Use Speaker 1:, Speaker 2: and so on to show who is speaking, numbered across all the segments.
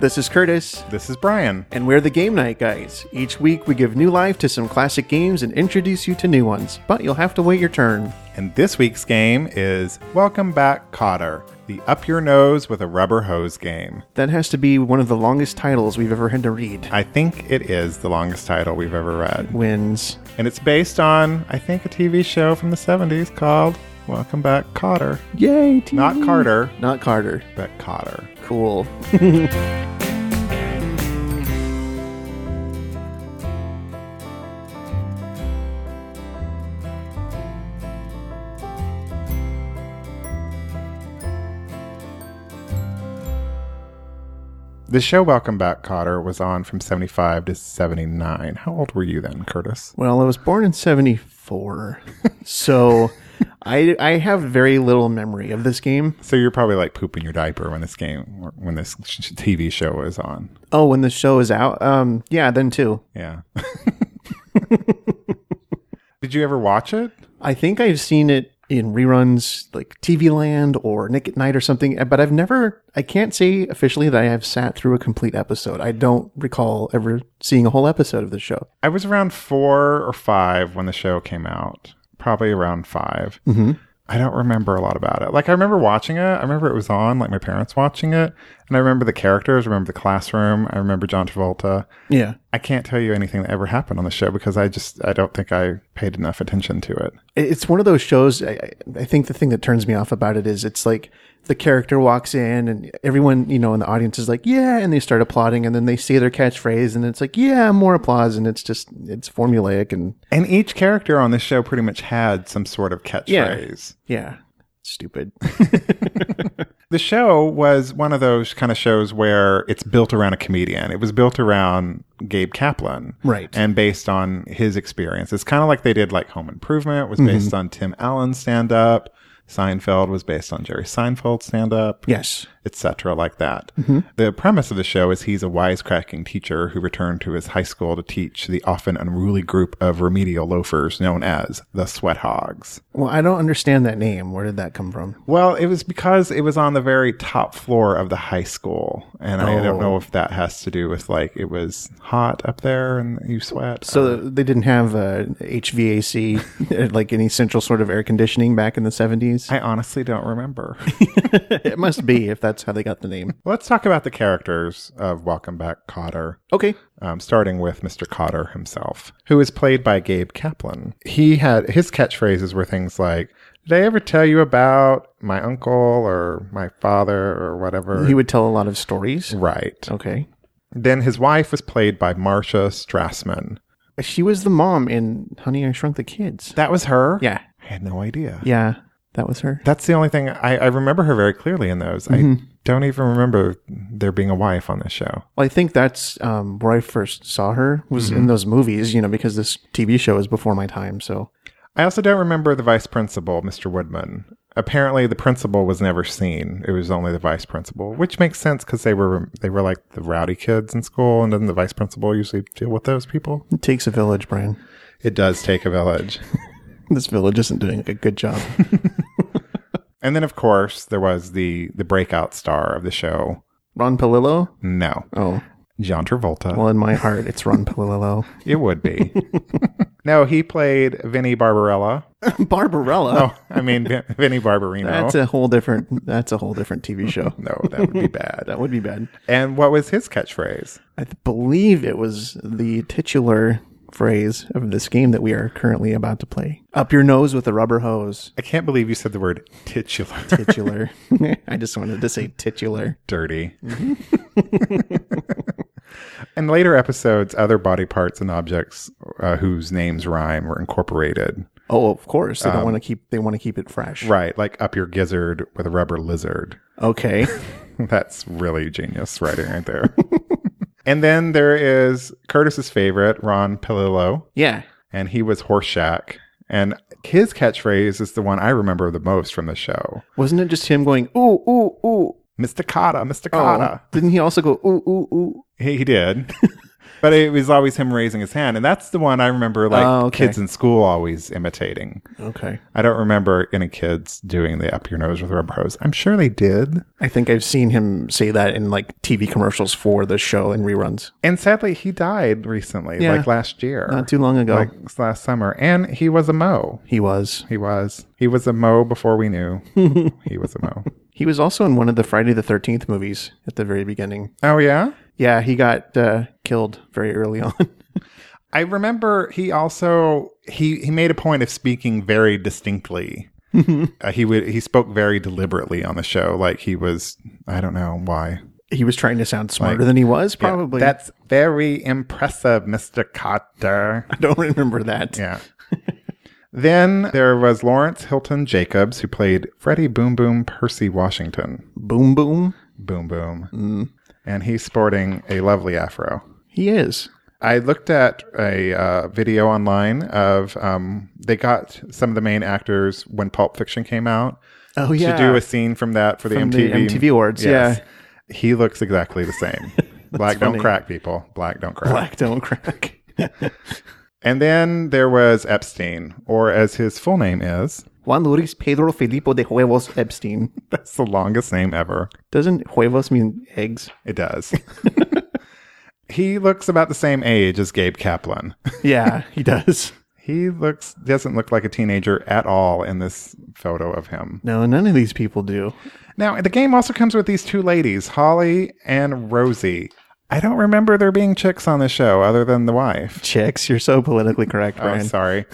Speaker 1: This is Curtis,
Speaker 2: This is Brian.
Speaker 1: and we're the Game Night Guys. Each week, we give new life to some classic games and introduce you to new ones, but you'll have to wait your turn.
Speaker 2: And this week's game is Welcome Back Cotter, the up your nose with a rubber hose game.
Speaker 1: That has to be one of the longest titles we've ever had to read.
Speaker 2: I think it is the longest title we've ever read.
Speaker 1: Wins.
Speaker 2: And it's based on, I think, a TV show from the 70s called Welcome Back Cotter.
Speaker 1: Yay! TV.
Speaker 2: Not Carter,
Speaker 1: Not Carter.
Speaker 2: but Cotter.
Speaker 1: Cool.
Speaker 2: The show Welcome Back Cotter was on from 75 to 79. How old were you then, Curtis?
Speaker 1: Well, I was born in 74, so I, I have very little memory of this game.
Speaker 2: So you're probably like pooping your diaper when this game, when this sh- TV show was on.
Speaker 1: Oh, when the show is out? Um, yeah, then too.
Speaker 2: Yeah. Did you ever watch it?
Speaker 1: I think I've seen it in reruns like TV Land or Nick at Night or something, but I've never, I can't say officially that I have sat through a complete episode. I don't recall ever seeing a whole episode of the show.
Speaker 2: I was around four or five when the show came out, probably around 5 Mm-hmm. I don't remember a lot about it. Like, I remember watching it. I remember it was on, like my parents watching it. And I remember the characters, I remember the classroom, I remember John Travolta.
Speaker 1: Yeah.
Speaker 2: I can't tell you anything that ever happened on the show because I just, I don't think I paid enough attention to it.
Speaker 1: It's one of those shows. I, I- I think the thing that turns me off about it is it's like the character walks in and everyone, you know, in the audience is like, yeah. And they start applauding and then they say their catchphrase and it's like, yeah, more applause. And it's just, it's formulaic and
Speaker 2: And each character on this show pretty much had some sort of catchphrase.
Speaker 1: yeah, stupid.
Speaker 2: The show was one of those kind of shows where it's built around a comedian. It was built around Gabe Kaplan.
Speaker 1: Right.
Speaker 2: And based on his experience. It's kind of like they did like Home Improvement was based on Tim Allen stand up. Seinfeld was based on Jerry Seinfeld stand up,
Speaker 1: yes.
Speaker 2: etc., like that. The premise of the show is he's a wisecracking teacher who returned to his high school to teach the often unruly group of remedial loafers known as the Sweat Hogs.
Speaker 1: Well, I don't understand that name. Where did that come from?
Speaker 2: Well, it was because it was on the very top floor of the high school, and I don't know if that has to do with like it was hot up there and you sweat.
Speaker 1: So they didn't have uh, HVAC, uh, like any central sort of air conditioning back in the 70s?
Speaker 2: I honestly don't remember.
Speaker 1: It must be if that's how they got the name.
Speaker 2: Let's talk about the characters of Welcome Back Cotter,
Speaker 1: Okay.
Speaker 2: um, starting with Mr. Cotter himself, who is played by Gabe Kaplan. He had his catchphrases were things like, "Did I ever tell you about my uncle or my father or whatever?"
Speaker 1: He would tell a lot of stories.
Speaker 2: right.
Speaker 1: Okay.
Speaker 2: Then his wife was played by Marcia Strassman.
Speaker 1: She was the mom in Honey, I Shrunk the Kids.
Speaker 2: That was her.
Speaker 1: Yeah.
Speaker 2: I had no idea.
Speaker 1: Yeah. That was her.
Speaker 2: That's the only thing I, I remember her very clearly in those.
Speaker 1: Mm-hmm.
Speaker 2: I don't even remember there being a wife on this show.
Speaker 1: Well, I think that's um, where I first saw her was in those movies, you know, because this TV show is before my time. So
Speaker 2: I also don't remember the vice principal, Mr. Woodman. Apparently, the principal was never seen. It was only the vice principal, which makes sense because they were they were like the rowdy kids in school, and then the vice principal usually deal with those people.
Speaker 1: it takes a village, Brian.
Speaker 2: It does take a village.
Speaker 1: This village isn't doing a good job.
Speaker 2: and then, of course, there was the the breakout star of the show.
Speaker 1: Ron Palillo?
Speaker 2: No,
Speaker 1: Oh,
Speaker 2: John Travolta.
Speaker 1: well, in my heart, it's Ron Palillo.
Speaker 2: It would be. no, he played Vinnie Barbarella.
Speaker 1: Barbarella.
Speaker 2: Oh, I mean Vin- Vinnie Barbarino.
Speaker 1: That's a whole different. That's a whole different TV show.
Speaker 2: no, that would be bad.
Speaker 1: That would be bad.
Speaker 2: And what was his catchphrase?
Speaker 1: I th- believe it was the titular phrase of this game that we are currently about to play. Up your nose with a rubber hose.
Speaker 2: I can't believe you said the word titular.
Speaker 1: Titular. I just wanted to say titular.
Speaker 2: Dirty. Mm-hmm. In later episodes, other body parts and objects uh, whose names rhyme were incorporated.
Speaker 1: Oh, of course. They don't want to keep. They want to keep it fresh.
Speaker 2: Um, Right, like up your gizzard with a rubber lizard.
Speaker 1: Okay.
Speaker 2: That's really genius writing right there. and then there is Curtis's favorite, Ron Palillo.
Speaker 1: yeah.
Speaker 2: and he was Horseshack. And his catchphrase is the one I remember the most from the show.
Speaker 1: Wasn't it just him going ooh ooh ooh?
Speaker 2: Mr. Kata, Mr.
Speaker 1: Oh.
Speaker 2: Kata.
Speaker 1: Didn't he also go ooh ooh ooh?
Speaker 2: He, he did. But it was always him raising his hand, and that's the one I remember like
Speaker 1: Oh, okay.
Speaker 2: kids in school always imitating.
Speaker 1: Okay.
Speaker 2: I don't remember any kids doing the up your nose with a rubber hose. I'm sure they did.
Speaker 1: I think I've seen him say that in like TV commercials for the show and reruns.
Speaker 2: And sadly, he died recently,
Speaker 1: Yeah.
Speaker 2: like last year,
Speaker 1: Not too long ago,
Speaker 2: like last summer. And he was a mo.
Speaker 1: he was.
Speaker 2: He was. He was a mo before we knew he was a mo.
Speaker 1: He was also in one of the Friday the 13th movies at the very beginning.
Speaker 2: Oh yeah.
Speaker 1: Yeah, he got uh, killed very early on.
Speaker 2: I remember he also he he made a point of speaking very distinctly. Uh, he would he spoke very deliberately on the show, like he was I don't know why.
Speaker 1: he was trying to sound smarter than he was, probably.
Speaker 2: That's very impressive, Mister Carter.
Speaker 1: I don't remember that.
Speaker 2: Yeah. then there was Lawrence Hilton Jacobs, who played Freddie Boom Boom Percy Washington.
Speaker 1: Boom Boom.
Speaker 2: Boom Boom, and he's sporting a lovely afro.
Speaker 1: He is.
Speaker 2: I looked at a uh, video online of um, they got some of the main actors when Pulp Fiction came out
Speaker 1: Oh, yeah.
Speaker 2: to do a scene from that for the
Speaker 1: From the
Speaker 2: MTV
Speaker 1: MTV awards,
Speaker 2: yeah, he looks exactly the same. Black don't crack, people. Black don't crack.
Speaker 1: Black Don't Crack.
Speaker 2: And then there was Epstein, or as his full name is,
Speaker 1: Juan Luis Pedro Filippo de Huevos Epstein.
Speaker 2: that's the longest name ever.
Speaker 1: Doesn't huevos mean eggs?
Speaker 2: It does. he looks about the same age as Gabe Kaplan.
Speaker 1: Yeah, he does.
Speaker 2: He looks doesn't look like a teenager at all in this photo of him.
Speaker 1: No, none of these people do.
Speaker 2: Now, the game also comes with these two ladies, Holly and Rosie. I don't remember there being chicks on the show other than the wife.
Speaker 1: Chicks, you're so politically correct,
Speaker 2: I'm
Speaker 1: Brian.
Speaker 2: sorry.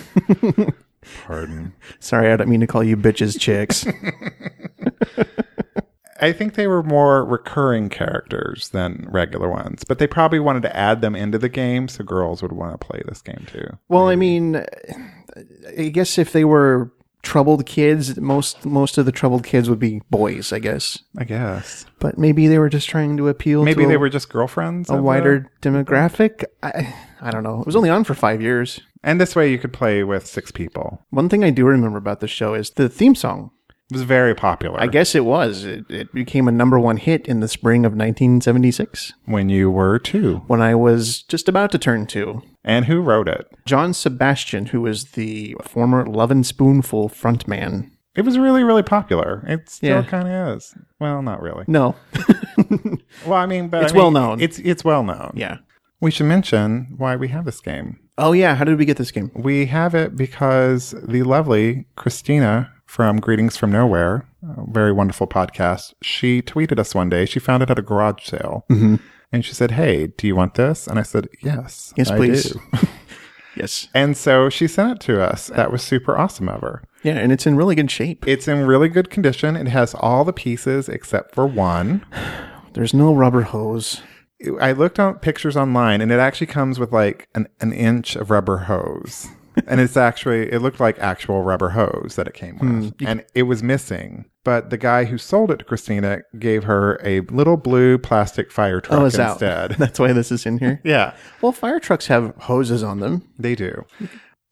Speaker 2: Pardon.
Speaker 1: Sorry, I don't mean to call you bitches chicks.
Speaker 2: I think they were more recurring characters than regular ones, but they probably wanted to add them into the game so girls would want to play this game too.
Speaker 1: well, I mean, I guess if they were troubled kids, most most of the troubled kids would be boys, I guess.
Speaker 2: I guess.
Speaker 1: But maybe they were just trying to appeal
Speaker 2: Maybe
Speaker 1: to
Speaker 2: they
Speaker 1: a,
Speaker 2: were just girlfriends. of
Speaker 1: a
Speaker 2: the-
Speaker 1: wider demographic. I, I don't know. It was only on for five years.
Speaker 2: And this way you could play with six people.
Speaker 1: One thing I do remember about the show is the theme song.
Speaker 2: It was very popular
Speaker 1: I guess it was. It, it became a number one hit in the spring of 1976
Speaker 2: when you were two.
Speaker 1: when I was just about to turn two.
Speaker 2: And who wrote it?
Speaker 1: John Sebastian, who was the former Love and Spoonful frontman.
Speaker 2: It was really, really popular. It still
Speaker 1: Yeah.
Speaker 2: kind of is. Well, not really.
Speaker 1: No.
Speaker 2: Well, I mean, but
Speaker 1: It's
Speaker 2: I mean,
Speaker 1: well known.
Speaker 2: It's it's well known.
Speaker 1: yeah.
Speaker 2: We should mention why we have this game.
Speaker 1: Oh, yeah. How did we get this game?
Speaker 2: We have it because the lovely Christina from Greetings from Nowhere, a very wonderful podcast, she tweeted us one day. She found it at a garage sale.
Speaker 1: Mm-hmm.
Speaker 2: And she said, Hey, do you want this? And I said, Yes.
Speaker 1: Yes,
Speaker 2: I
Speaker 1: please.
Speaker 2: do."
Speaker 1: Yes.
Speaker 2: And so she sent it to us. That was super awesome of her.
Speaker 1: Yeah. And it's in really good shape.
Speaker 2: It's in really good condition. It has all the pieces except for one.
Speaker 1: There's no rubber hose.
Speaker 2: I looked on pictures online and it actually comes with like an, an inch of rubber hose. and it's actually it looked like actual rubber hose that it came
Speaker 1: Hmm.
Speaker 2: with. And it was missing. But the guy who sold it to Christina gave her a little blue plastic fire truck
Speaker 1: Oh, it's out.
Speaker 2: instead.
Speaker 1: That's why this is in here.
Speaker 2: yeah.
Speaker 1: Well, fire trucks have hoses on them.
Speaker 2: They do.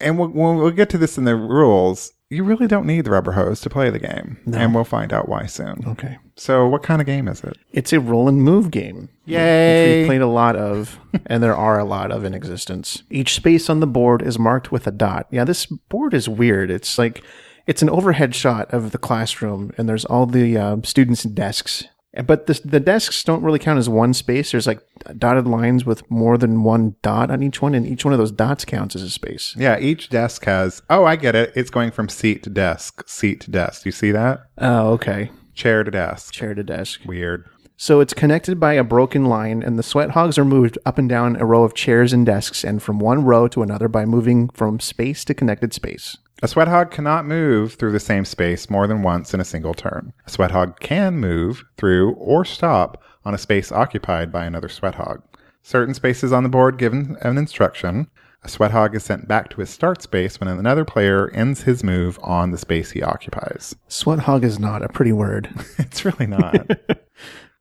Speaker 2: And we'll, we'll, we'll get to this in the rules. You really don't need the rubber hose to play the game. And we'll find out why soon.
Speaker 1: Okay.
Speaker 2: So, what kind of game is it?
Speaker 1: It's a roll and move game.
Speaker 2: Yay.
Speaker 1: We've played a lot of, and there are a lot of in existence. Each space on the board is marked with a dot. Yeah, this board is weird. It's like it's an overhead shot of the classroom, and there's all the uh, students' desks. But the, the desks don't really count as one space. There's like dotted lines with more than one dot on each one, and each one of those dots counts as a space.
Speaker 2: Yeah, each desk has. Oh, I get it. It's going from seat to desk, seat to desk. You see that?
Speaker 1: Oh, okay.
Speaker 2: Chair to desk.
Speaker 1: Chair to desk.
Speaker 2: Weird.
Speaker 1: So it's connected by a broken line, and the sweat hogs are moved up and down a row of chairs and desks, and from one row to another by moving from space to connected space.
Speaker 2: A sweat hog cannot move through the same space more than once in a single turn. A sweat hog can move through or stop on a space occupied by another sweat hog. Certain spaces on the board given an instruction. A sweat hog is sent back to his start space when another player ends his move on the space he occupies.
Speaker 1: Sweat hog is not a pretty word.
Speaker 2: It's really not.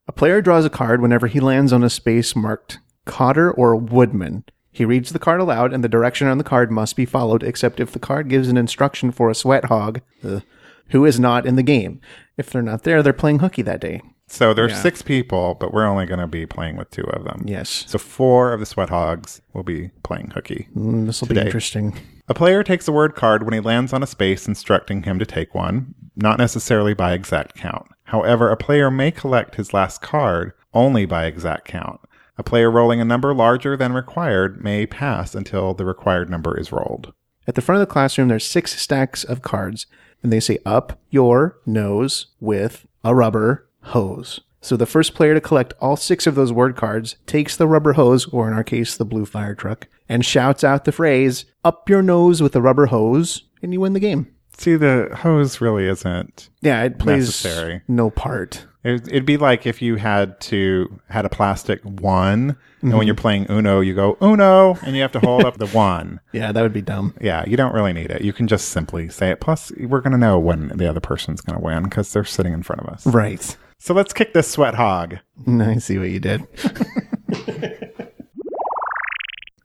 Speaker 1: a player draws a card whenever he lands on a space marked Cotter or Woodman. He reads the card aloud, and the direction on the card must be followed, except if the card gives an instruction uh, for a sweat hog ugh, who is not in the game. If they're not there, they're playing hooky that day.
Speaker 2: So there's six people, but we're only going to be playing with two of them.
Speaker 1: Yes.
Speaker 2: So four of the sweat hogs will be playing hooky.
Speaker 1: Mm, this will be interesting.
Speaker 2: A player takes a word card when he lands on a space, instructing him to take one, not necessarily by exact count. However, a player may collect his last card only by exact count. A player rolling a number larger than required may pass until the required number is rolled.
Speaker 1: At the front of the classroom, there's six stacks of cards, and they say up your nose with a rubber hose. So the first player to collect all six of those word cards takes the rubber hose, or in our case, the blue fire truck, and shouts out the phrase, up your nose with a rubber hose, and you win the game.
Speaker 2: See, the hose really isn't.
Speaker 1: Yeah, it plays
Speaker 2: Necessary.
Speaker 1: no part.
Speaker 2: It, it'd be like if you had to had a plastic one, and when you're playing Uno, you go Uno, and you have to hold up the one.
Speaker 1: Yeah, that would be dumb.
Speaker 2: Yeah, you don't really need it. You can just simply say it. Plus, we're going to know when the other person's going to win because they're sitting in front of us.
Speaker 1: Right.
Speaker 2: So let's kick this sweat hog.
Speaker 1: I see what you did.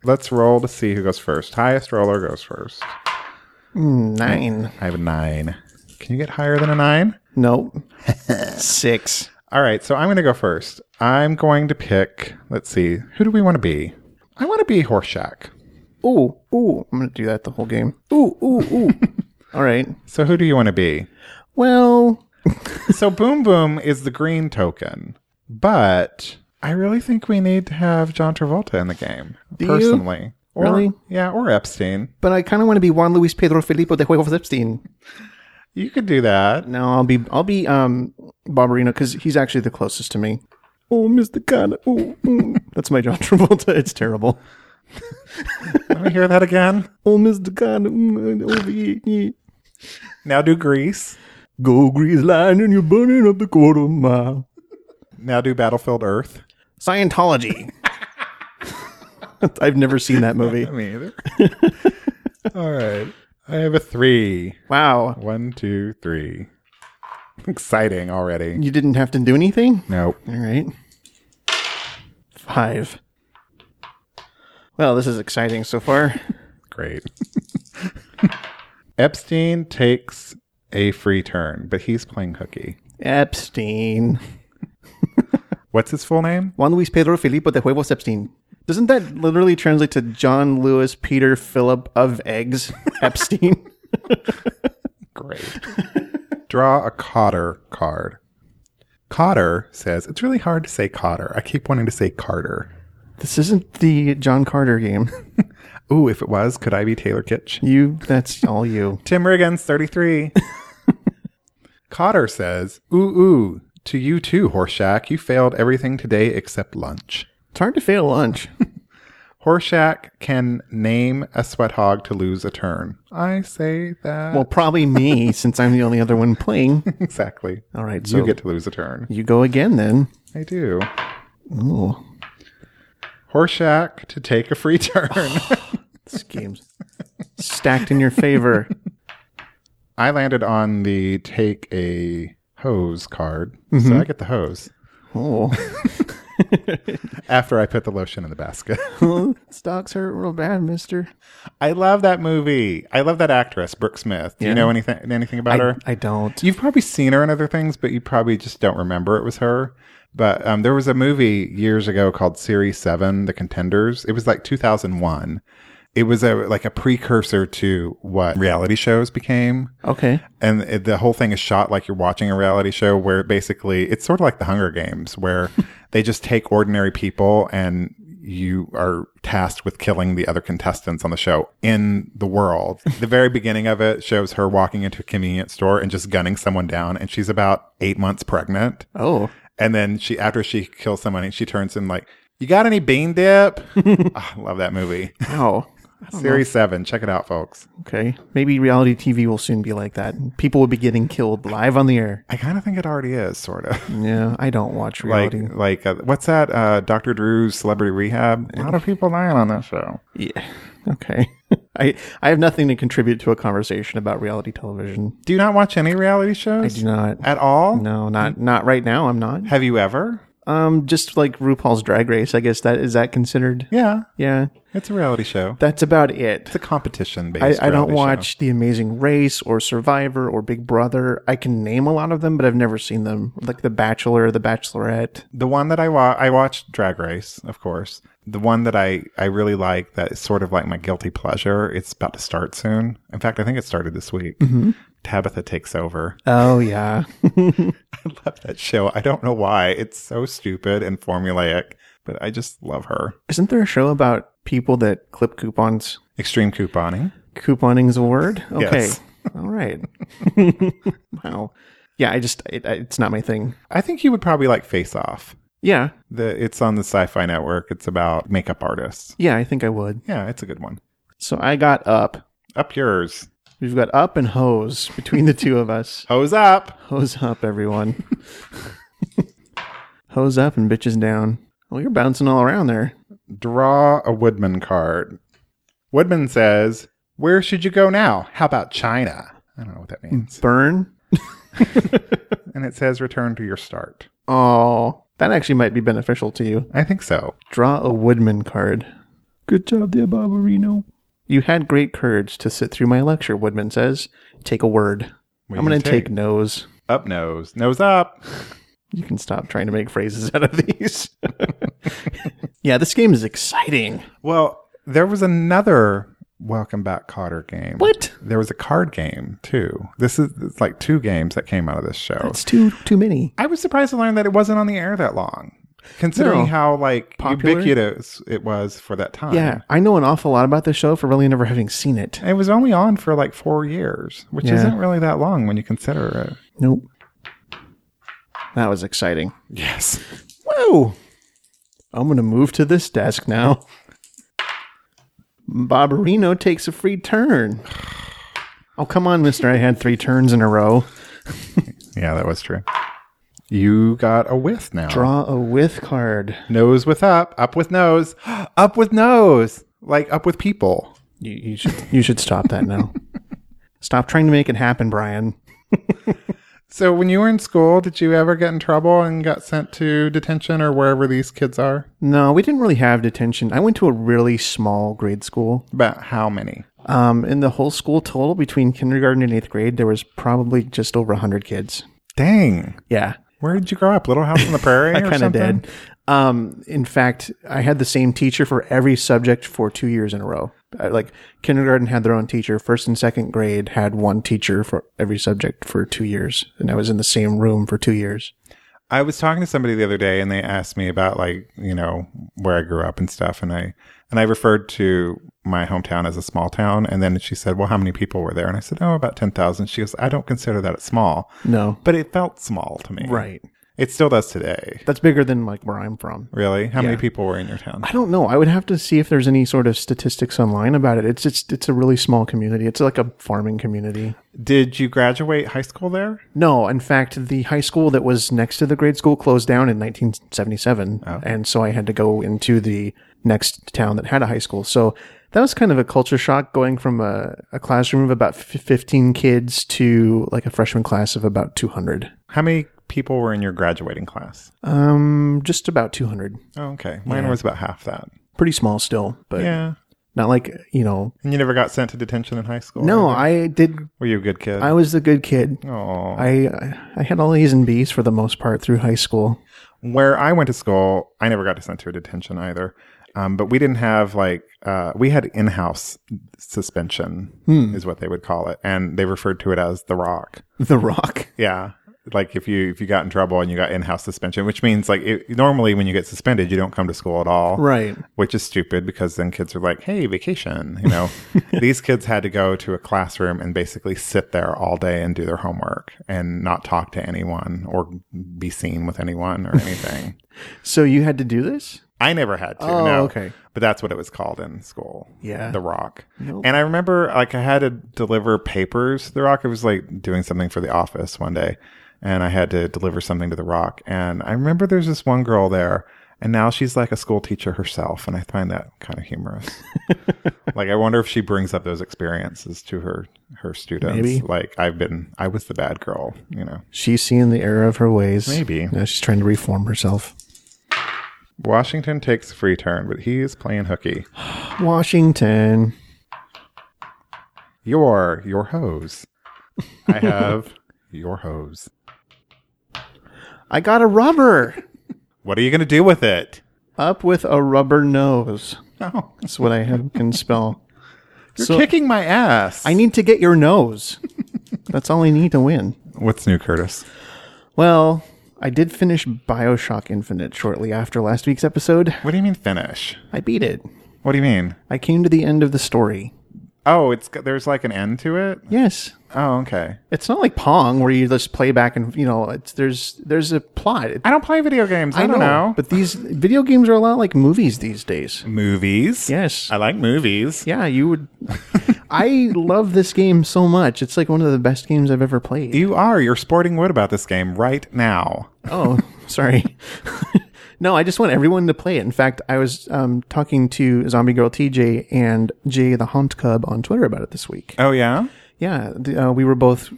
Speaker 2: Let's roll to see who goes first. Highest roller goes first.
Speaker 1: Nine.
Speaker 2: I have a nine. Can you get higher than a nine?
Speaker 1: Nope. six.
Speaker 2: All right, so I'm going to go first. I'm going to pick, let's see, who do we want to be? I want to be Horseshack.
Speaker 1: Ooh, ooh. I'm going to do that the whole game. Ooh, ooh, ooh. all right.
Speaker 2: So who do you want to be?
Speaker 1: Well,
Speaker 2: so Boom Boom is the green token, but I really think we need to have John Travolta in the game,
Speaker 1: you?
Speaker 2: personally. Or,
Speaker 1: Really?
Speaker 2: Yeah, or Epstein.
Speaker 1: but I kind of want to be Juan Luis Pedro Filippo de Huevos Epstein.
Speaker 2: You could do that.
Speaker 1: No, I'll be I'll be um Barbarino because he's actually the closest to me. Oh, Mr. Connor. Oh, mm. that's my John Travolta. It's terrible.
Speaker 2: Let me hear that again.
Speaker 1: Oh, Mr. Connor. mm, uh, over here, yeah.
Speaker 2: Now do Greece.
Speaker 1: Go grease line and you're burning up the quarter mile.
Speaker 2: Now do Battlefield Earth.
Speaker 1: Scientology. I've never seen that movie.
Speaker 2: Me either. All right. I have a three.
Speaker 1: Wow.
Speaker 2: One, two, three. Exciting already.
Speaker 1: You didn't have to do anything?
Speaker 2: Nope.
Speaker 1: All right. Five. Well, this is exciting so far.
Speaker 2: Great. Epstein takes a free turn, but he's playing hooky.
Speaker 1: Epstein.
Speaker 2: What's his full name?
Speaker 1: Juan Luis Pedro Filippo de Huevos Epstein. Doesn't that literally translate to John Lewis Peter Philip of Eggs Epstein?
Speaker 2: Great. Draw a Cotter card. Cotter says, it's really hard to say Cotter. I keep wanting to say Carter.
Speaker 1: this isn't the John Carter game.
Speaker 2: Ooh, if it was, could I be Taylor Kitsch?
Speaker 1: You, that's all you.
Speaker 2: Tim Riggins, 33. Cotter says, Ooh, ooh, to you too, Horseshack. You failed everything today except lunch.
Speaker 1: It's hard to fail lunch.
Speaker 2: Horseshack can name a sweat hog to lose a turn. I say that.
Speaker 1: Well, probably me, since I'm the only other one playing.
Speaker 2: exactly.
Speaker 1: All right, Oh, so
Speaker 2: You get to lose a turn.
Speaker 1: you go again then.
Speaker 2: I do.
Speaker 1: Ooh,
Speaker 2: Horseshack to take a free turn.
Speaker 1: this game's stacked in your favor.
Speaker 2: I landed on the take a hose card. So I get the hose
Speaker 1: Oh,
Speaker 2: after I put the lotion in the basket.
Speaker 1: stocks hurt real bad, mister.
Speaker 2: I love that movie. I love that actress, Brooke Smith. Do you know anything anything about her?
Speaker 1: I don't.
Speaker 2: You've probably seen her in other things, but you probably just don't remember it was her. But um, there was a movie years ago called Series Seven: The Contenders. It was like 2001. It was a like a precursor to what reality shows became,
Speaker 1: Okay.
Speaker 2: and it, the whole thing is shot like you're watching a reality show, where basically it's sort of like The Hunger Games, where they just take ordinary people and you are tasked with killing the other contestants on the show in the world. The very beginning of it shows her walking into a convenience store and just gunning someone down, and she's about eight months pregnant.
Speaker 1: Oh,
Speaker 2: And then she, after she kills someone, she turns and like, "You got any bean dip?" Ah, I love that movie.
Speaker 1: wow.
Speaker 2: Series seven, check it out, folks.
Speaker 1: Okay. Maybe reality TV will soon be like that. People will be getting killed live on the air.
Speaker 2: I kind of think it already is, sort of.
Speaker 1: Yeah, I don't watch
Speaker 2: like
Speaker 1: reality.
Speaker 2: like uh, what's that uh dr drew's celebrity rehab a lot of people lying on that show
Speaker 1: yeah. Okay. I I have nothing to contribute to a conversation about reality television.
Speaker 2: do you not watch any reality shows
Speaker 1: Do not.
Speaker 2: at all
Speaker 1: No, not not right now. I'm not.
Speaker 2: have you ever
Speaker 1: Um, just like RuPaul's Drag Race, I guess that is that considered.
Speaker 2: Yeah,
Speaker 1: Yeah,
Speaker 2: it's a reality show.
Speaker 1: that's about it.
Speaker 2: It's a competition
Speaker 1: I,
Speaker 2: based.
Speaker 1: I don't watch The Amazing Race or Survivor or Big Brother. I can name a lot of them, but I've never seen them. Like The Bachelor, The Bachelorette.
Speaker 2: the one that I watch. I watched Drag Race, of course. The one that I I really like that is sort of like my guilty pleasure. It's about to start soon. In fact, I think it started this week. Tabitha takes over.
Speaker 1: Oh yeah,
Speaker 2: I love that show. I don't know why. It's so stupid and formulaic, but I just love her.
Speaker 1: isn't there a show about people that clip coupons?
Speaker 2: Extreme couponing.
Speaker 1: Couponing's a word. Okay,
Speaker 2: Yes.
Speaker 1: all right. wow. Yeah, I just it, I, it's not my thing.
Speaker 2: I think you would probably like Face Off.
Speaker 1: Yeah,
Speaker 2: The it's on the Sci-Fi Network. It's about makeup artists.
Speaker 1: yeah, I think I would.
Speaker 2: Yeah, it's a good one.
Speaker 1: So I got up.
Speaker 2: Up yours.
Speaker 1: We've got up and hose between the two of us.
Speaker 2: Hose up.
Speaker 1: Hose up, everyone. hose up and bitches down. Well, you're bouncing all around there.
Speaker 2: Draw a Woodman card. Woodman says, "Where should you go now? How about China?" I don't know what that means.
Speaker 1: Burn. Hmm.
Speaker 2: And it says, "Return to your start."
Speaker 1: Oh, that actually might be beneficial to you.
Speaker 2: I think so.
Speaker 1: Draw a Woodman card. Good job there, Barbarino. You had great courage to sit through my lecture, Woodman says. Take a word.
Speaker 2: What
Speaker 1: I'm
Speaker 2: you
Speaker 1: going to
Speaker 2: gonna
Speaker 1: take nose.
Speaker 2: Up nose. Nose up.
Speaker 1: You can stop trying to make phrases out of these. yeah, this game is exciting.
Speaker 2: Well, there was another Welcome Back Cotter game.
Speaker 1: What?
Speaker 2: There was a card game too. This is it's like two games that came out of this show.
Speaker 1: That's too too many.
Speaker 2: I was surprised to learn that it wasn't on the air that long, considering
Speaker 1: No.
Speaker 2: how like
Speaker 1: Popular?
Speaker 2: ubiquitous it was for that time.
Speaker 1: Yeah, I know an awful lot about this show for really never having seen it.
Speaker 2: It was only on for like four years, which
Speaker 1: Yeah.
Speaker 2: isn't really that long when you consider it.
Speaker 1: Nope. That was exciting.
Speaker 2: Yes.
Speaker 1: Whoa! I'm going to move to this desk now. Barbarino takes a free turn. Oh, come on, mister. I had three turns in a row.
Speaker 2: Yeah, that was true. You got a with now.
Speaker 1: Draw a with card.
Speaker 2: Nose with up, up with nose, up with nose, like up with people.
Speaker 1: You, you, should, you should stop that now. stop trying to make it happen, Brian.
Speaker 2: So when you were in school, did you ever get in trouble and got sent to detention or wherever these kids are?
Speaker 1: No, we didn't really have detention. I went to a really small grade school.
Speaker 2: About how many?
Speaker 1: Um, in the whole school total between kindergarten and eighth grade, there was probably just over 100 kids.
Speaker 2: Dang.
Speaker 1: Yeah,
Speaker 2: Where did you grow up? Little House on the Prairie? I
Speaker 1: kind of did. Um, in fact, I had the same teacher for every subject for two years in a row. Uh, Like kindergarten had their own teacher. First and second grade had one teacher for every subject for two years, and I was in the same room for two years.
Speaker 2: I was talking to somebody the other day and they asked me about like, you know, where I grew up and stuff and I and I referred to my hometown as a small town and then she said, "Well, how many people were there?" And I said, "Oh, about 10,000." She goes, "I don't consider that small."
Speaker 1: No,
Speaker 2: But it felt small to me.
Speaker 1: right?
Speaker 2: It still does today.
Speaker 1: That's bigger than like where I'm from.
Speaker 2: Really? How many people were in your town?
Speaker 1: I don't know. I would have to see if there's any sort of statistics online about it. It's it's it's a really small community. It's like a farming community.
Speaker 2: Did you graduate high school there?
Speaker 1: No, in fact, the high school that was next to the grade school closed down in 1977, and so I had to go into the next town that had a high school. So that was kind of a culture shock going from a, a classroom of about f- 15 kids to like a freshman class of about 200.
Speaker 2: How many people were in your graduating class?
Speaker 1: Um, just about 200.
Speaker 2: Oh, okay. Mine was about half that.
Speaker 1: Pretty small still, but
Speaker 2: Yeah.
Speaker 1: not like you know.
Speaker 2: And you never got sent to detention in high school?
Speaker 1: No,
Speaker 2: either?
Speaker 1: I did.
Speaker 2: Were you a good kid?
Speaker 1: I was the good kid.
Speaker 2: Oh.
Speaker 1: I I had all A's and B's for the most part through high school.
Speaker 2: where I went to school, I never got sent to a detention either. Um, but we didn't have like uh, we had in-house suspension is what they would call it, and they referred to it as the rock.
Speaker 1: The Rock.
Speaker 2: Yeah, like if you if you got in trouble and you got in-house suspension, which means like it, normally when you get suspended, you don't come to school at all,
Speaker 1: Right.
Speaker 2: which is stupid because then kids are like, "Hey, vacation," you know. These kids had to go to a classroom and basically sit there all day and do their homework and not talk to anyone or be seen with anyone or anything.
Speaker 1: So you had to do this.
Speaker 2: I never had to.
Speaker 1: Oh,
Speaker 2: no.
Speaker 1: okay.
Speaker 2: But that's what it was called in school.
Speaker 1: Yeah.
Speaker 2: The Rock. And I remember like I had to deliver papers to The Rock. I was like doing something for the office one day and I had to deliver something to The Rock. And I remember there's this one girl there and now she's like a school teacher herself. And I find that kind of humorous. like I wonder if she brings up those experiences to her, her students.
Speaker 1: Maybe.
Speaker 2: Like I've been, I was the bad girl, you know.
Speaker 1: She's seeing the error of her ways.
Speaker 2: Maybe.
Speaker 1: Now she's trying to reform herself.
Speaker 2: Washington takes a free turn, but he is playing hooky.
Speaker 1: Washington.
Speaker 2: Your your hose. I have your hose.
Speaker 1: I got a rubber.
Speaker 2: What are you going to do with it?
Speaker 1: Up with a rubber nose.
Speaker 2: No,
Speaker 1: That's what I have, can spell.
Speaker 2: you're
Speaker 1: So-
Speaker 2: kicking my ass.
Speaker 1: I need to get your nose. That's all I need to win.
Speaker 2: What's new, Curtis?
Speaker 1: Well, I did finish Bioshock Infinite shortly after last week's episode.
Speaker 2: What do you mean finish?
Speaker 1: I beat it.
Speaker 2: What do you mean?
Speaker 1: I came to the end of the story.
Speaker 2: Oh, it's got- there's like an end to it.
Speaker 1: Yes.
Speaker 2: Oh, okay.
Speaker 1: It's not like Pong where you just play back and you know, it's there's there's a plot. It-
Speaker 2: I don't play video games. I, don't know.
Speaker 1: But these video games are a lot like movies these days.
Speaker 2: movies.
Speaker 1: Yes.
Speaker 2: I like movies.
Speaker 1: Yeah, you would I love this game so much. It's like one of the best games I've ever played.
Speaker 2: You are. You're sporting wood about this game right now.
Speaker 1: Oh, sorry. no, I just want everyone to play it. In fact, I was um, talking to Zombie Girl TJ and Jay the Haunt Cub on Twitter about it this week.
Speaker 2: Oh yeah.
Speaker 1: Yeah, the, uh, we were both.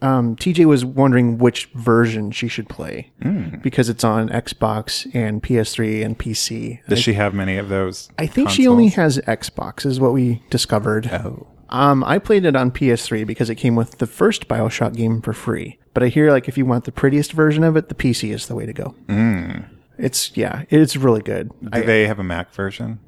Speaker 1: Um, TJ was wondering which version she should play because it's on Xbox and PS3 and PC.
Speaker 2: Does she have many of those?
Speaker 1: I think she only has Xbox, is what we discovered.
Speaker 2: Oh.
Speaker 1: Um, I played it on PS3 because it came with the first Bioshock game for free. But I hear like if you want the prettiest version of it, the PC is the way to go. Mm.
Speaker 2: Hmm.
Speaker 1: It's yeah, it's really good.
Speaker 2: Do they have a Mac version?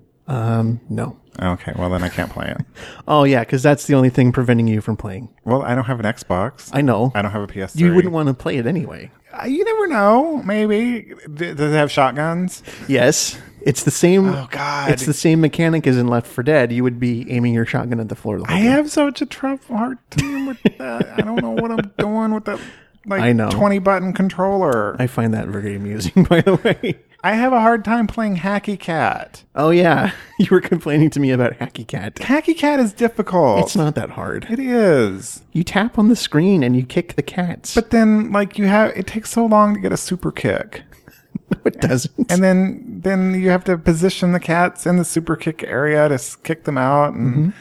Speaker 1: No,
Speaker 2: Okay. Well, then I can't play it.
Speaker 1: oh yeah, because that's the only thing preventing you from playing.
Speaker 2: Well, I don't have an Xbox.
Speaker 1: I know
Speaker 2: I don't have a PS3.
Speaker 1: you wouldn't want to play it anyway.
Speaker 2: Uh, You never know. Maybe D- does it have shotguns?
Speaker 1: Yes, it's the same.
Speaker 2: Oh God!
Speaker 1: It's the same mechanic as in Left for Dead. You would be aiming your shotgun at the floor. The whole
Speaker 2: I
Speaker 1: time.
Speaker 2: have such a tough hard time with that. I don't know what I'm doing with that. Like
Speaker 1: I know.
Speaker 2: twenty button controller.
Speaker 1: I find that very amusing, by the way.
Speaker 2: I have a hard time playing Hacky Cat.
Speaker 1: Oh yeah, you were complaining to me about Hacky Cat.
Speaker 2: Hacky Cat is difficult.
Speaker 1: It's not that hard.
Speaker 2: It is.
Speaker 1: You tap on the screen and you kick the cats.
Speaker 2: But then, like you have, it takes so long to get a super kick,
Speaker 1: No, it doesn't.
Speaker 2: and then then you have to position the cats in the super kick area to s- kick them out,
Speaker 1: Mm-hmm.
Speaker 2: and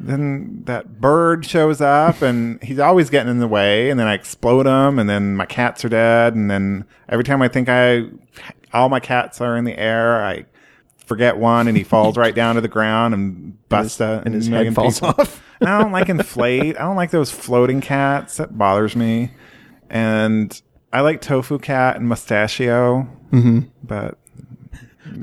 Speaker 2: then that bird shows up, and he's always getting in the way, and then I explode him, and then my cats are dead, and then every time I think I, all my cats are in the air, I forget one, and he falls right down to the ground, and Busta
Speaker 1: and his head falls off.
Speaker 2: And I don't like inflate. I don't like those floating cats. That bothers me. And I like tofu cat and mustachio, mm-hmm. but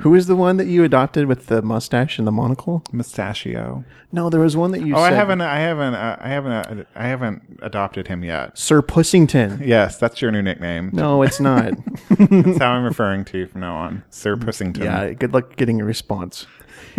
Speaker 1: Who is the one that you adopted with the mustache and the monocle?
Speaker 2: mustachio.
Speaker 1: No, there was one that you
Speaker 2: Oh, I
Speaker 1: said.
Speaker 2: haven't, I haven't, uh, I haven't, uh, I haven't adopted him yet.
Speaker 1: Sir Pussington.
Speaker 2: Yes, that's your new nickname.
Speaker 1: No, it's not.
Speaker 2: That's how I'm referring to you from now on, Sir Pussington.
Speaker 1: Mm-hmm. yeah, good luck getting a response.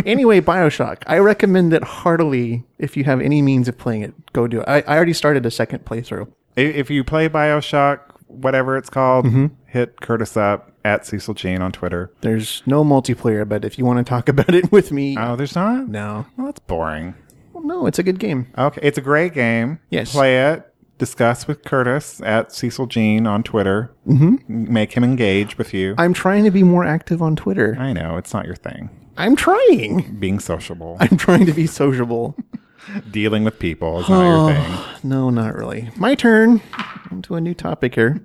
Speaker 1: Anyway, Bioshock. I recommend it heartily if you have any means of playing it. Go do it. I, I already started a second playthrough.
Speaker 2: I- If you play Bioshock, whatever it's called,
Speaker 1: Mm-hmm.
Speaker 2: hit Curtis up at Cecil Jane on Twitter.
Speaker 1: There's no multiplayer, but if you want to talk about it with me,
Speaker 2: Oh, there's not.
Speaker 1: no,
Speaker 2: Well, that's boring.
Speaker 1: Well, no, it's a good game.
Speaker 2: Okay, it's a great game.
Speaker 1: Yes.
Speaker 2: play it. Discuss with Curtis at Cecil Jean on Twitter. Mm-hmm. Make him engage with you.
Speaker 1: I'm trying to be more active on Twitter.
Speaker 2: I know it's not your thing.
Speaker 1: I'm trying.
Speaker 2: Being sociable,
Speaker 1: I'm trying to be sociable.
Speaker 2: dealing with people is not your thing.
Speaker 1: No, not really. My turn. On to a new topic here.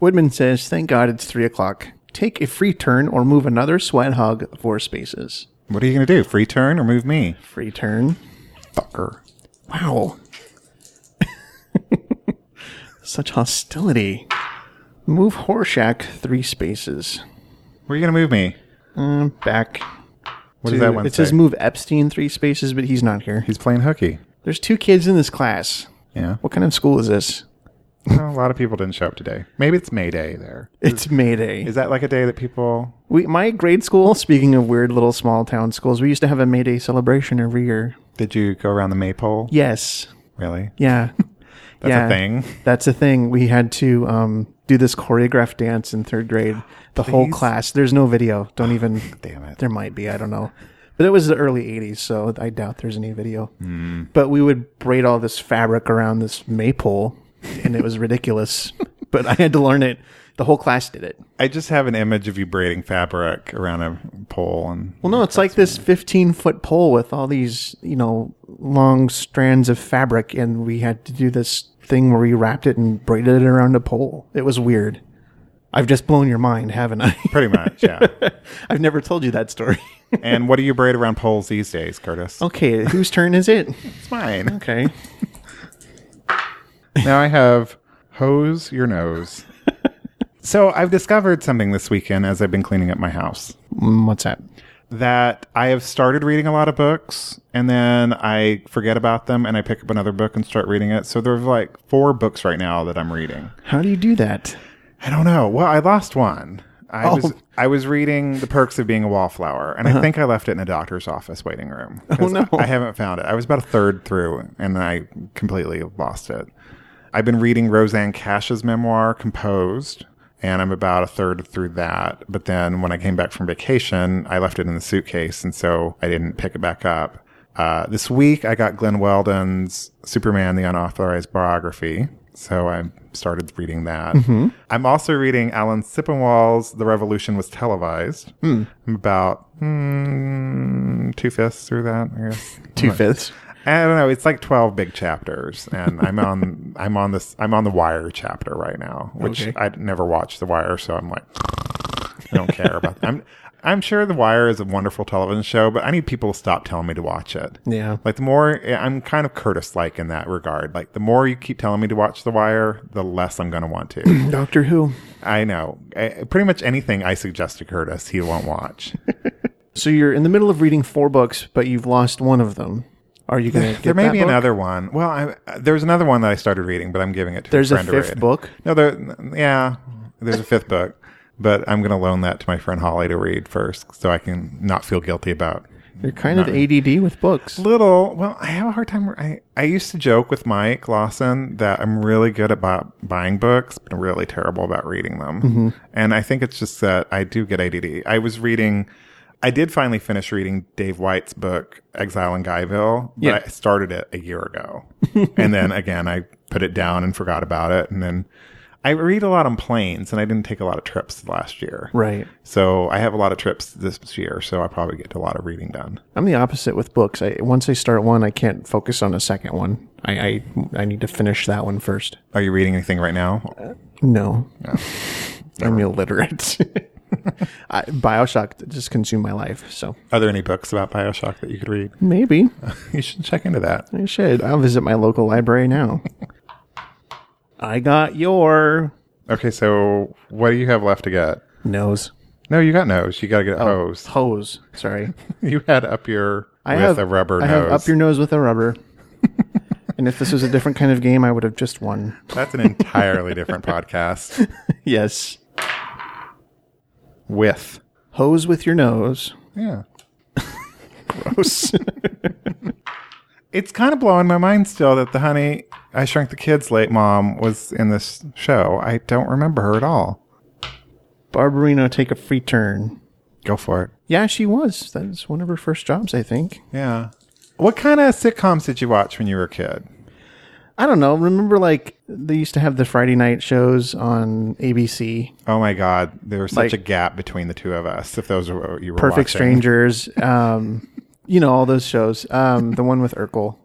Speaker 1: Woodman says, Thank God it's three o'clock. Take a free turn or move another sweat hog four spaces.
Speaker 2: What are you going to do? Free turn or move me?
Speaker 1: Free turn.
Speaker 2: Fucker.
Speaker 1: Wow. Such hostility. Move Horshack three spaces.
Speaker 2: Where are you going to move me?
Speaker 1: Um, back.
Speaker 2: What does that one
Speaker 1: It
Speaker 2: say?
Speaker 1: says move Epstein three spaces, but he's not here.
Speaker 2: He's playing hooky.
Speaker 1: There's two kids in this class.
Speaker 2: Yeah.
Speaker 1: What kind of school is this?
Speaker 2: Well, a lot of people didn't show up today. Maybe it's May Day there.
Speaker 1: It's Mayday.
Speaker 2: Is that like a day that people?
Speaker 1: We, my grade school, speaking of weird little small town schools, we used to have a May Day celebration every year.
Speaker 2: Did you go around the maypole?
Speaker 1: Yes.
Speaker 2: Really?
Speaker 1: Yeah.
Speaker 2: That's
Speaker 1: yeah.
Speaker 2: a thing.
Speaker 1: That's a thing. We had to um, do this choreographed dance in third grade. The whole
Speaker 2: Please?
Speaker 1: class. There's no video. Don't even.
Speaker 2: Damn it.
Speaker 1: There might be. I don't know. But it was the early 80s, so I doubt there's any video.
Speaker 2: Hmm.
Speaker 1: But we would braid all this fabric around this maypole, and it was ridiculous. but I had to learn it. The whole class did it.
Speaker 2: I just have an image of you braiding fabric around a pole and
Speaker 1: Well, no, it's like this 15 foot pole with all these, you know, long strands of fabric, and we had to do this thing where we wrapped it and braided it around a pole. It was weird. I've just blown your mind, haven't I?
Speaker 2: Pretty much, yeah.
Speaker 1: I've never told you that story.
Speaker 2: and what do you braid around poles these days, Curtis?
Speaker 1: okay, whose turn is it?
Speaker 2: It's mine.
Speaker 1: Okay.
Speaker 2: Now I have hose your nose. so I've discovered something this weekend as I've been cleaning up my house.
Speaker 1: Mm, What's that?
Speaker 2: that I have started reading a lot of books and then I forget about them and I pick up another book and start reading it. So there's like four books right now that I'm reading.
Speaker 1: How do you do that?
Speaker 2: I don't know. Well, I lost one. I was I was reading The Perks of Being a Wallflower and I think I left it in a doctor's office waiting room. Oh
Speaker 1: no.
Speaker 2: I haven't found it. I was about a third through and I completely lost it. I've been reading Roseanne Cash's memoir, Composed, and I'm about a third through that. But then when I came back from vacation, I left it in the suitcase, and so I didn't pick it back up. Uh, this week, I got Glenn Weldon's Superman, the Unauthorized Biography. So I started reading that. I'm also reading Alan Sippenwall's The Revolution Was Televised. I'm about mm, two fifths through that, I guess.
Speaker 1: Two fifths.
Speaker 2: I don't know. It's like twelve big chapters, and I'm on I'm on this I'm on the Wire chapter right now, which
Speaker 1: Okay.
Speaker 2: I never watched the Wire, so I'm like, I don't care about. I'm I'm sure the Wire is a wonderful television show, but I need people to stop telling me to watch it.
Speaker 1: Yeah.
Speaker 2: Like the more I'm kind of Curtis like in that regard. Like the more you keep telling me to watch the Wire, the less I'm going to want to.
Speaker 1: Doctor Who.
Speaker 2: I know. Eh, pretty much anything I suggest to Curtis, he won't watch.
Speaker 1: So you're in the middle of reading four books, but you've lost one of them. Are you going to get
Speaker 2: there may
Speaker 1: that
Speaker 2: be
Speaker 1: book?
Speaker 2: another one. Well, I, uh, there's another one that I started reading, but I'm giving it to
Speaker 1: There's
Speaker 2: a
Speaker 1: a
Speaker 2: friend to
Speaker 1: fifth
Speaker 2: read.
Speaker 1: book.
Speaker 2: No, there. Yeah, there's a fifth book, but I'm going to loan that to my friend Holly to read first, so I can not feel guilty about.
Speaker 1: You're kind of ADD with books.
Speaker 2: Little, well, I have a hard time. I, I used to joke with Mike Lawson that I'm really good at bu- buying books, but I'm really terrible about reading them.
Speaker 1: Mm-hmm.
Speaker 2: And I think it's just that I do get ADD. I was reading, I did finally finish reading Dave White's book, Exile in Guyville, but
Speaker 1: Yeah.
Speaker 2: I started it a year ago. and then again, I put it down and forgot about it. And then I read a lot on planes and I didn't take a lot of trips last year.
Speaker 1: Right.
Speaker 2: So I have a lot of trips this year, so I probably get a lot of reading done.
Speaker 1: I'm the opposite with books. I, once I start one, I can't focus on a second one. I, I I need to finish that one first.
Speaker 2: Are you reading anything right now?
Speaker 1: No, I'm illiterate. I, Bioshock just consumed my life, so
Speaker 2: Are there any books about Bioshock that you could read?
Speaker 1: maybe
Speaker 2: You should check into that.
Speaker 1: I should. I'll visit my local library now. I got your
Speaker 2: Okay, so what do you have left to get?
Speaker 1: nose
Speaker 2: No, you got nose. You got to
Speaker 1: Oh.
Speaker 2: get hose.
Speaker 1: hose. Sorry,
Speaker 2: You had up your
Speaker 1: I
Speaker 2: with
Speaker 1: have
Speaker 2: a rubber
Speaker 1: I
Speaker 2: nose.
Speaker 1: have up your nose with a rubber. and if this was a different kind of game, I would have just won.
Speaker 2: That's an entirely different podcast.
Speaker 1: Yes,
Speaker 2: With.
Speaker 1: hose with your nose.
Speaker 2: Yeah.
Speaker 1: Gross.
Speaker 2: It's kind of blowing my mind still that the honey I shrunk the kids late mom was in this show. I don't remember her at all.
Speaker 1: Barbarino take a free turn.
Speaker 2: Go for it.
Speaker 1: Yeah, she was. That was one of her first jobs, I think.
Speaker 2: Yeah. What kind of sitcoms did you watch when you were a kid?
Speaker 1: I don't know. Remember, like, they used to have the Friday night shows on ABC
Speaker 2: Oh my God, there was
Speaker 1: Like-
Speaker 2: such a gap between the two of us. If those were what you were
Speaker 1: Perfect
Speaker 2: watching.
Speaker 1: Strangers, um, you know, all those shows. Um, the one with Urkel,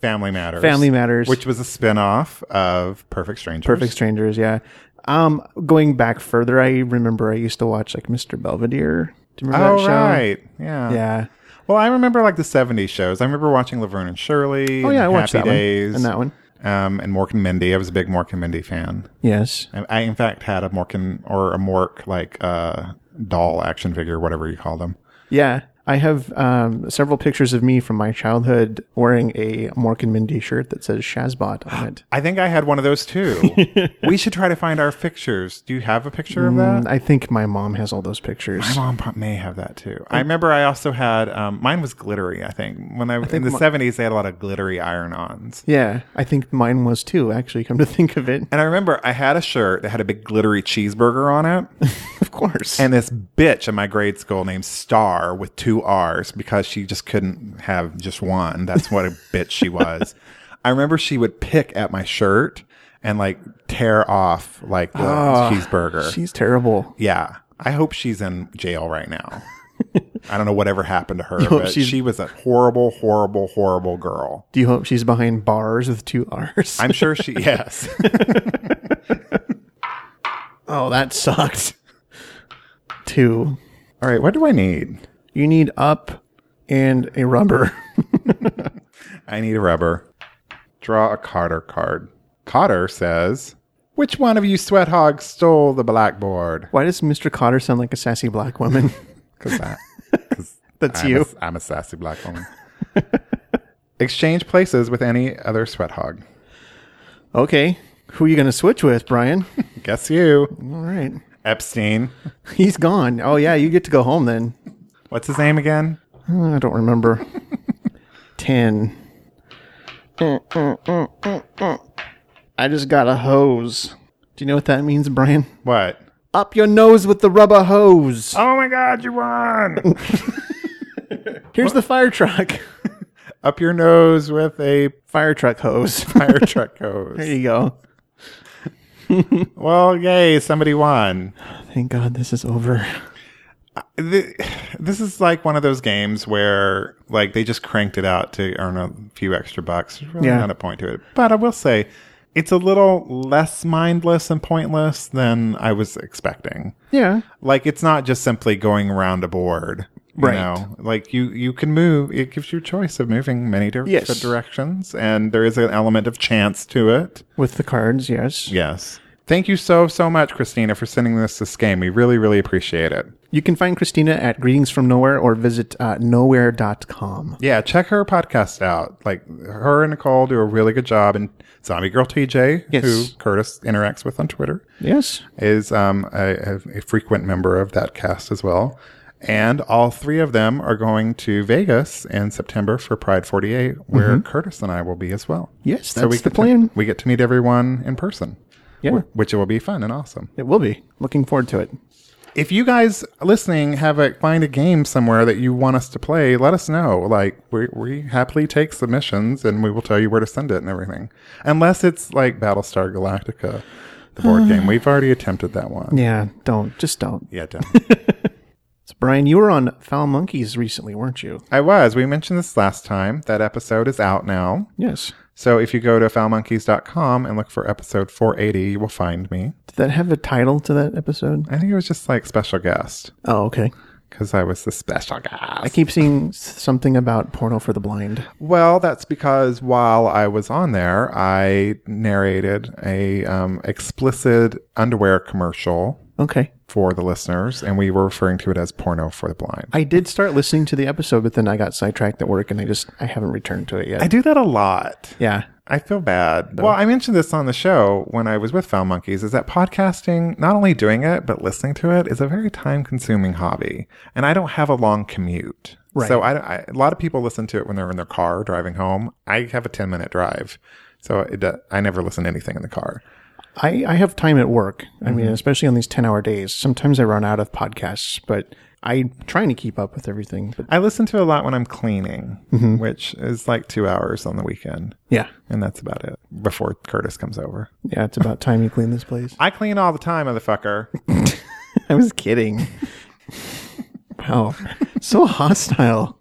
Speaker 2: Family Matters.
Speaker 1: Family Matters,
Speaker 2: Which was a spin off of Perfect Strangers.
Speaker 1: Perfect Strangers, yeah. Um, going back further, I remember I used to watch, like, Mr. Belvedere. Do you remember
Speaker 2: Oh,
Speaker 1: that show?
Speaker 2: right. Yeah.
Speaker 1: Yeah.
Speaker 2: Well, I remember like the 70s shows. I remember watching Laverne and Shirley.
Speaker 1: Oh, yeah,
Speaker 2: and
Speaker 1: I watched
Speaker 2: Happy
Speaker 1: that
Speaker 2: Days,
Speaker 1: one. And that one.
Speaker 2: Um, and Mork and Mindy. I was a big Mork and Mindy fan.
Speaker 1: Yes.
Speaker 2: I, I in fact, had a Mork and, or a Mork like uh, doll action figure, whatever you call them.
Speaker 1: Yeah. I have um, several pictures of me from my childhood wearing a Mork and Mindy shirt that says Shazbot on it.
Speaker 2: I think I had one of those too. we should try to find our pictures. Do you have a picture of that?
Speaker 1: And I think my mom has all those pictures.
Speaker 2: My mom pro- may have that too. I remember I also had um, mine was glittery. I think when I, in the seventies they had a lot of glittery iron-ons,
Speaker 1: Yeah, I think mine was too, actually, come to think of it.
Speaker 2: and I remember I had a shirt that had a big glittery cheeseburger on it,
Speaker 1: Of course.
Speaker 2: and this bitch in my grade school named Star with two R's because she just couldn't have just one. That's what a bitch she was. I remember she would pick at my shirt and like tear off like the cheeseburger.
Speaker 1: she's terrible.
Speaker 2: Yeah. I hope she's in jail right now. I don't know whatever happened to her,
Speaker 1: hope
Speaker 2: but
Speaker 1: she's-
Speaker 2: she was a horrible, horrible, horrible girl.
Speaker 1: Do you hope she's behind bars with two R's?
Speaker 2: I'm sure she, yes.
Speaker 1: Oh, that sucked. Two.
Speaker 2: All right, what do I need?
Speaker 1: You need up and a rubber.
Speaker 2: I need a rubber. Draw a Cotter card. Cotter says, Which one of you sweat hogs stole the blackboard?
Speaker 1: Why does Mr. Cotter sound like a sassy black woman?
Speaker 2: Because that.
Speaker 1: That's
Speaker 2: I'm
Speaker 1: you.
Speaker 2: A, I'm a sassy black woman. Exchange places with any other sweat hog.
Speaker 1: okay. Who are you going to switch with, Brian?
Speaker 2: Guess you.
Speaker 1: All right.
Speaker 2: Epstein.
Speaker 1: He's gone. Oh, yeah. You get to go home then.
Speaker 2: What's his name again?
Speaker 1: Uh, I don't remember. 10. I just got a hose. Do you know what that means, Brian?
Speaker 2: What?
Speaker 1: Up your nose with the rubber hose.
Speaker 2: Oh my god, you won!
Speaker 1: Here's the fire truck.
Speaker 2: Up your nose with a
Speaker 1: Fire truck hose.
Speaker 2: fire truck
Speaker 1: There
Speaker 2: hose.
Speaker 1: you go.
Speaker 2: Well, yay, somebody won.
Speaker 1: Thank God this is over.
Speaker 2: Th- This is like one of those games where like they just cranked it out to earn a few extra bucks. There's really
Speaker 1: Yeah.
Speaker 2: not a point to it. But I will say it's a little less mindless and pointless than I was expecting.
Speaker 1: Yeah.
Speaker 2: like it's not just simply going around a board you
Speaker 1: Right.
Speaker 2: know? like you you can move it gives you a choice of moving many different
Speaker 1: Yes.
Speaker 2: directions and there is an element of chance to it
Speaker 1: With the cards, yes.
Speaker 2: yes thank you so so much christina for sending us this game we really really appreciate it
Speaker 1: You can find Christina at Greetings from Nowhere or visit uh, nowhere.com.
Speaker 2: yeah check her podcast out like her and nicole do a really good job and zombie girl tj
Speaker 1: Yes.
Speaker 2: who curtis interacts with on twitter
Speaker 1: Yes.
Speaker 2: is um, a, a- a frequent member of that cast as well. And all three of them are going to Vegas in September for Pride 48, where Curtis and I will be as well.
Speaker 1: Mm-hmm. Yes, that's
Speaker 2: we
Speaker 1: the
Speaker 2: get to-
Speaker 1: plan.
Speaker 2: we get to meet everyone in person,
Speaker 1: Yeah.
Speaker 2: wh- which will be fun and awesome.
Speaker 1: It will be. Looking forward to it.
Speaker 2: If you guys listening have a find a game somewhere that you want us to play, let us know. Like we, we happily take submissions and we will tell you where to send it and everything. Unless it's like Battlestar Galactica, the board game. We've already attempted that one.
Speaker 1: Yeah, don't. Just don't.
Speaker 2: Yeah, don't.
Speaker 1: So Brian, you were on Foul Monkeys recently, weren't you?
Speaker 2: I was. We mentioned this last time. That episode is out now.
Speaker 1: Yes.
Speaker 2: So if you go to foulmonkeys.com and look for episode 480, you will find me.
Speaker 1: Did that have a title to that episode?
Speaker 2: I think it was just like special guest
Speaker 1: Oh, okay.
Speaker 2: because I was the special guest.
Speaker 1: I keep seeing s- something about porno for the blind.
Speaker 2: Well, that's because while I was on there, I narrated a um, explicit underwear commercial
Speaker 1: Okay.
Speaker 2: for the listeners, and we were referring to it as porno for the blind.
Speaker 1: I did start listening to the episode, but then I got sidetracked at work and I just I haven't returned to it yet.
Speaker 2: I do that a lot.
Speaker 1: yeah.
Speaker 2: I feel bad. Well, I mentioned this on the show when I was with Foul Monkeys is that podcasting, not only doing it, but listening to it is a very time consuming hobby. And I don't have a long commute.
Speaker 1: Right.
Speaker 2: So I, I- a lot of people listen to it when they're in their car driving home. I have a 10 minute drive. So it, do- I never listen to anything in the car.
Speaker 1: I, I have time at work. I mean, especially on these 10 hour days. Sometimes I run out of podcasts, but I'm trying to keep up with everything. But
Speaker 2: I listen to a lot when I'm cleaning, which is like two hours on the weekend.
Speaker 1: yeah.
Speaker 2: And that's about it before Curtis comes over.
Speaker 1: Yeah, it's about time you clean this place.
Speaker 2: I clean all the time, motherfucker.
Speaker 1: I was kidding. wow. So hostile.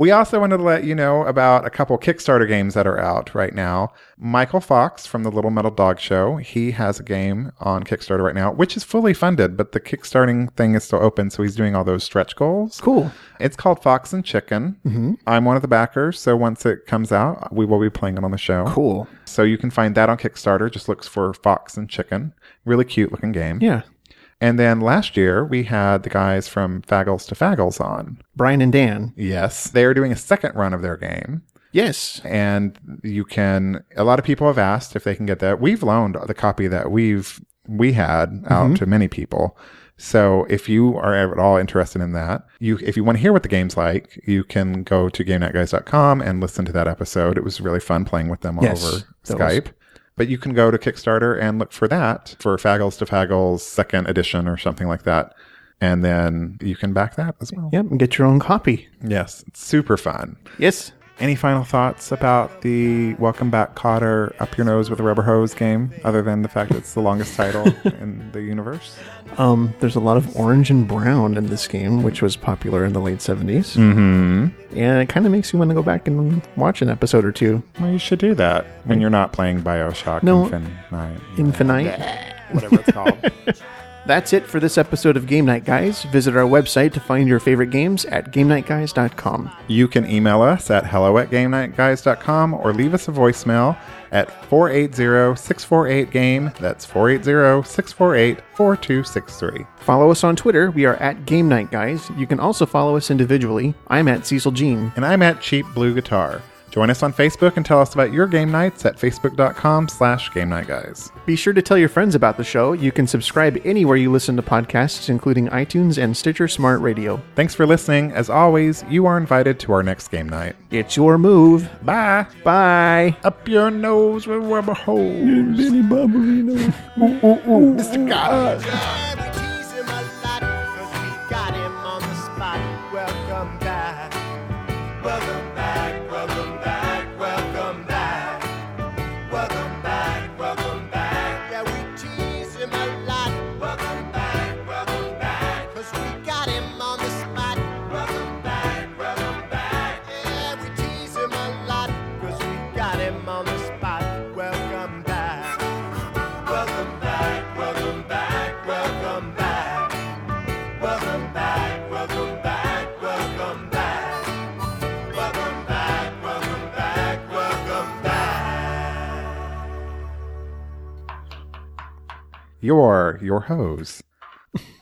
Speaker 2: We also wanted to let you know about a couple Kickstarter games that are out right now. Michael Fox from the Little Metal Dog Show, he has a game on Kickstarter right now, which is fully funded, but the Kickstarting thing is still open, so he's doing all those stretch goals.
Speaker 1: Cool.
Speaker 2: It's called Fox and Chicken. I'm one of the backers, so once it comes out, we will be playing it on the show.
Speaker 1: Cool.
Speaker 2: So you can find that on Kickstarter. Just looks for Fox and Chicken. Really cute looking game.
Speaker 1: Yeah.
Speaker 2: And then last year, we had the guys from Faggles to Faggles on.
Speaker 1: Brian and Dan.
Speaker 2: Yes. They are doing a second run of their game.
Speaker 1: Yes.
Speaker 2: and you can a lot of people have asked if they can get that we've loaned the copy that we've we had out
Speaker 1: Mm-hmm.
Speaker 2: to many people so if you are at all interested in that you if you want to hear what the game's like you can go to gamenetguys.com and listen to that episode it was really fun playing with them all
Speaker 1: Yes,
Speaker 2: over
Speaker 1: that
Speaker 2: skype but you can go to kickstarter and look for that for faggles to faggles second edition or something like that and then you can back that as well
Speaker 1: Yep. And get your own copy.
Speaker 2: yes it's super fun
Speaker 1: Yes.
Speaker 2: any final thoughts about the Welcome Back Cotter Up Your Nose with a Rubber Hose game, other than the fact it's the longest title in the universe?
Speaker 1: Um, there's a lot of orange and brown in this game, which was popular in the late 70s. Mm-hmm. And it kind of makes you want to go back and watch an episode or two.
Speaker 2: Well, you should do that when you're not playing Bioshock
Speaker 1: No.
Speaker 2: Infinite.
Speaker 1: Infinite.
Speaker 2: whatever it's called.
Speaker 1: That's it for this episode of Game Night Guys. Visit our website to find your favorite games at GameNightGuys.com.
Speaker 2: You can email us at hello at GameNightGuys.com or leave us a voicemail at 480-648-GAME. E. That's 480-648-4263.
Speaker 1: Follow us on Twitter. We are at Game Night Guys. You can also follow us individually. I'm at Cecil Jean.
Speaker 2: And I'm at Cheap Blue Guitar. Join us on Facebook and tell us about your game nights at facebook.com slash game night guys.
Speaker 1: Be sure to tell your friends about the show. You can subscribe anywhere you listen to podcasts, including iTunes and Stitcher Smart Radio.
Speaker 2: Thanks for listening. As always, you are invited to our next game night.
Speaker 1: It's your move.
Speaker 2: Bye.
Speaker 1: Bye.
Speaker 2: Up your nose with rubber hose. Mr. God.
Speaker 3: time we tease him a lot, 'cause we got him on the spot. Welcome back. Welcome back, welcome back, welcome back. Welcome back, welcome back. Yeah, we tease him a lot. Welcome back, welcome back. 'Cause we got him on the spot. Welcome back, welcome back. Yeah, we tease him a lot. 'Cause we got him on the spot. Welcome back. Welcome back, welcome back, welcome back. Welcome back, welcome back, welcome back. Welcome back, welcome back, welcome back.
Speaker 2: Your, your hose.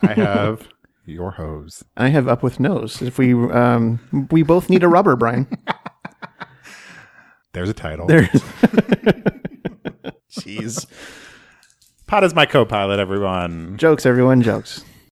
Speaker 2: I have your hose.
Speaker 1: I have up with nose. If we um, we both need a rubber, Brian.
Speaker 2: There's a title.
Speaker 1: There's
Speaker 2: Jeez. Pot is my co-pilot, everyone.
Speaker 1: jokes, everyone, jokes.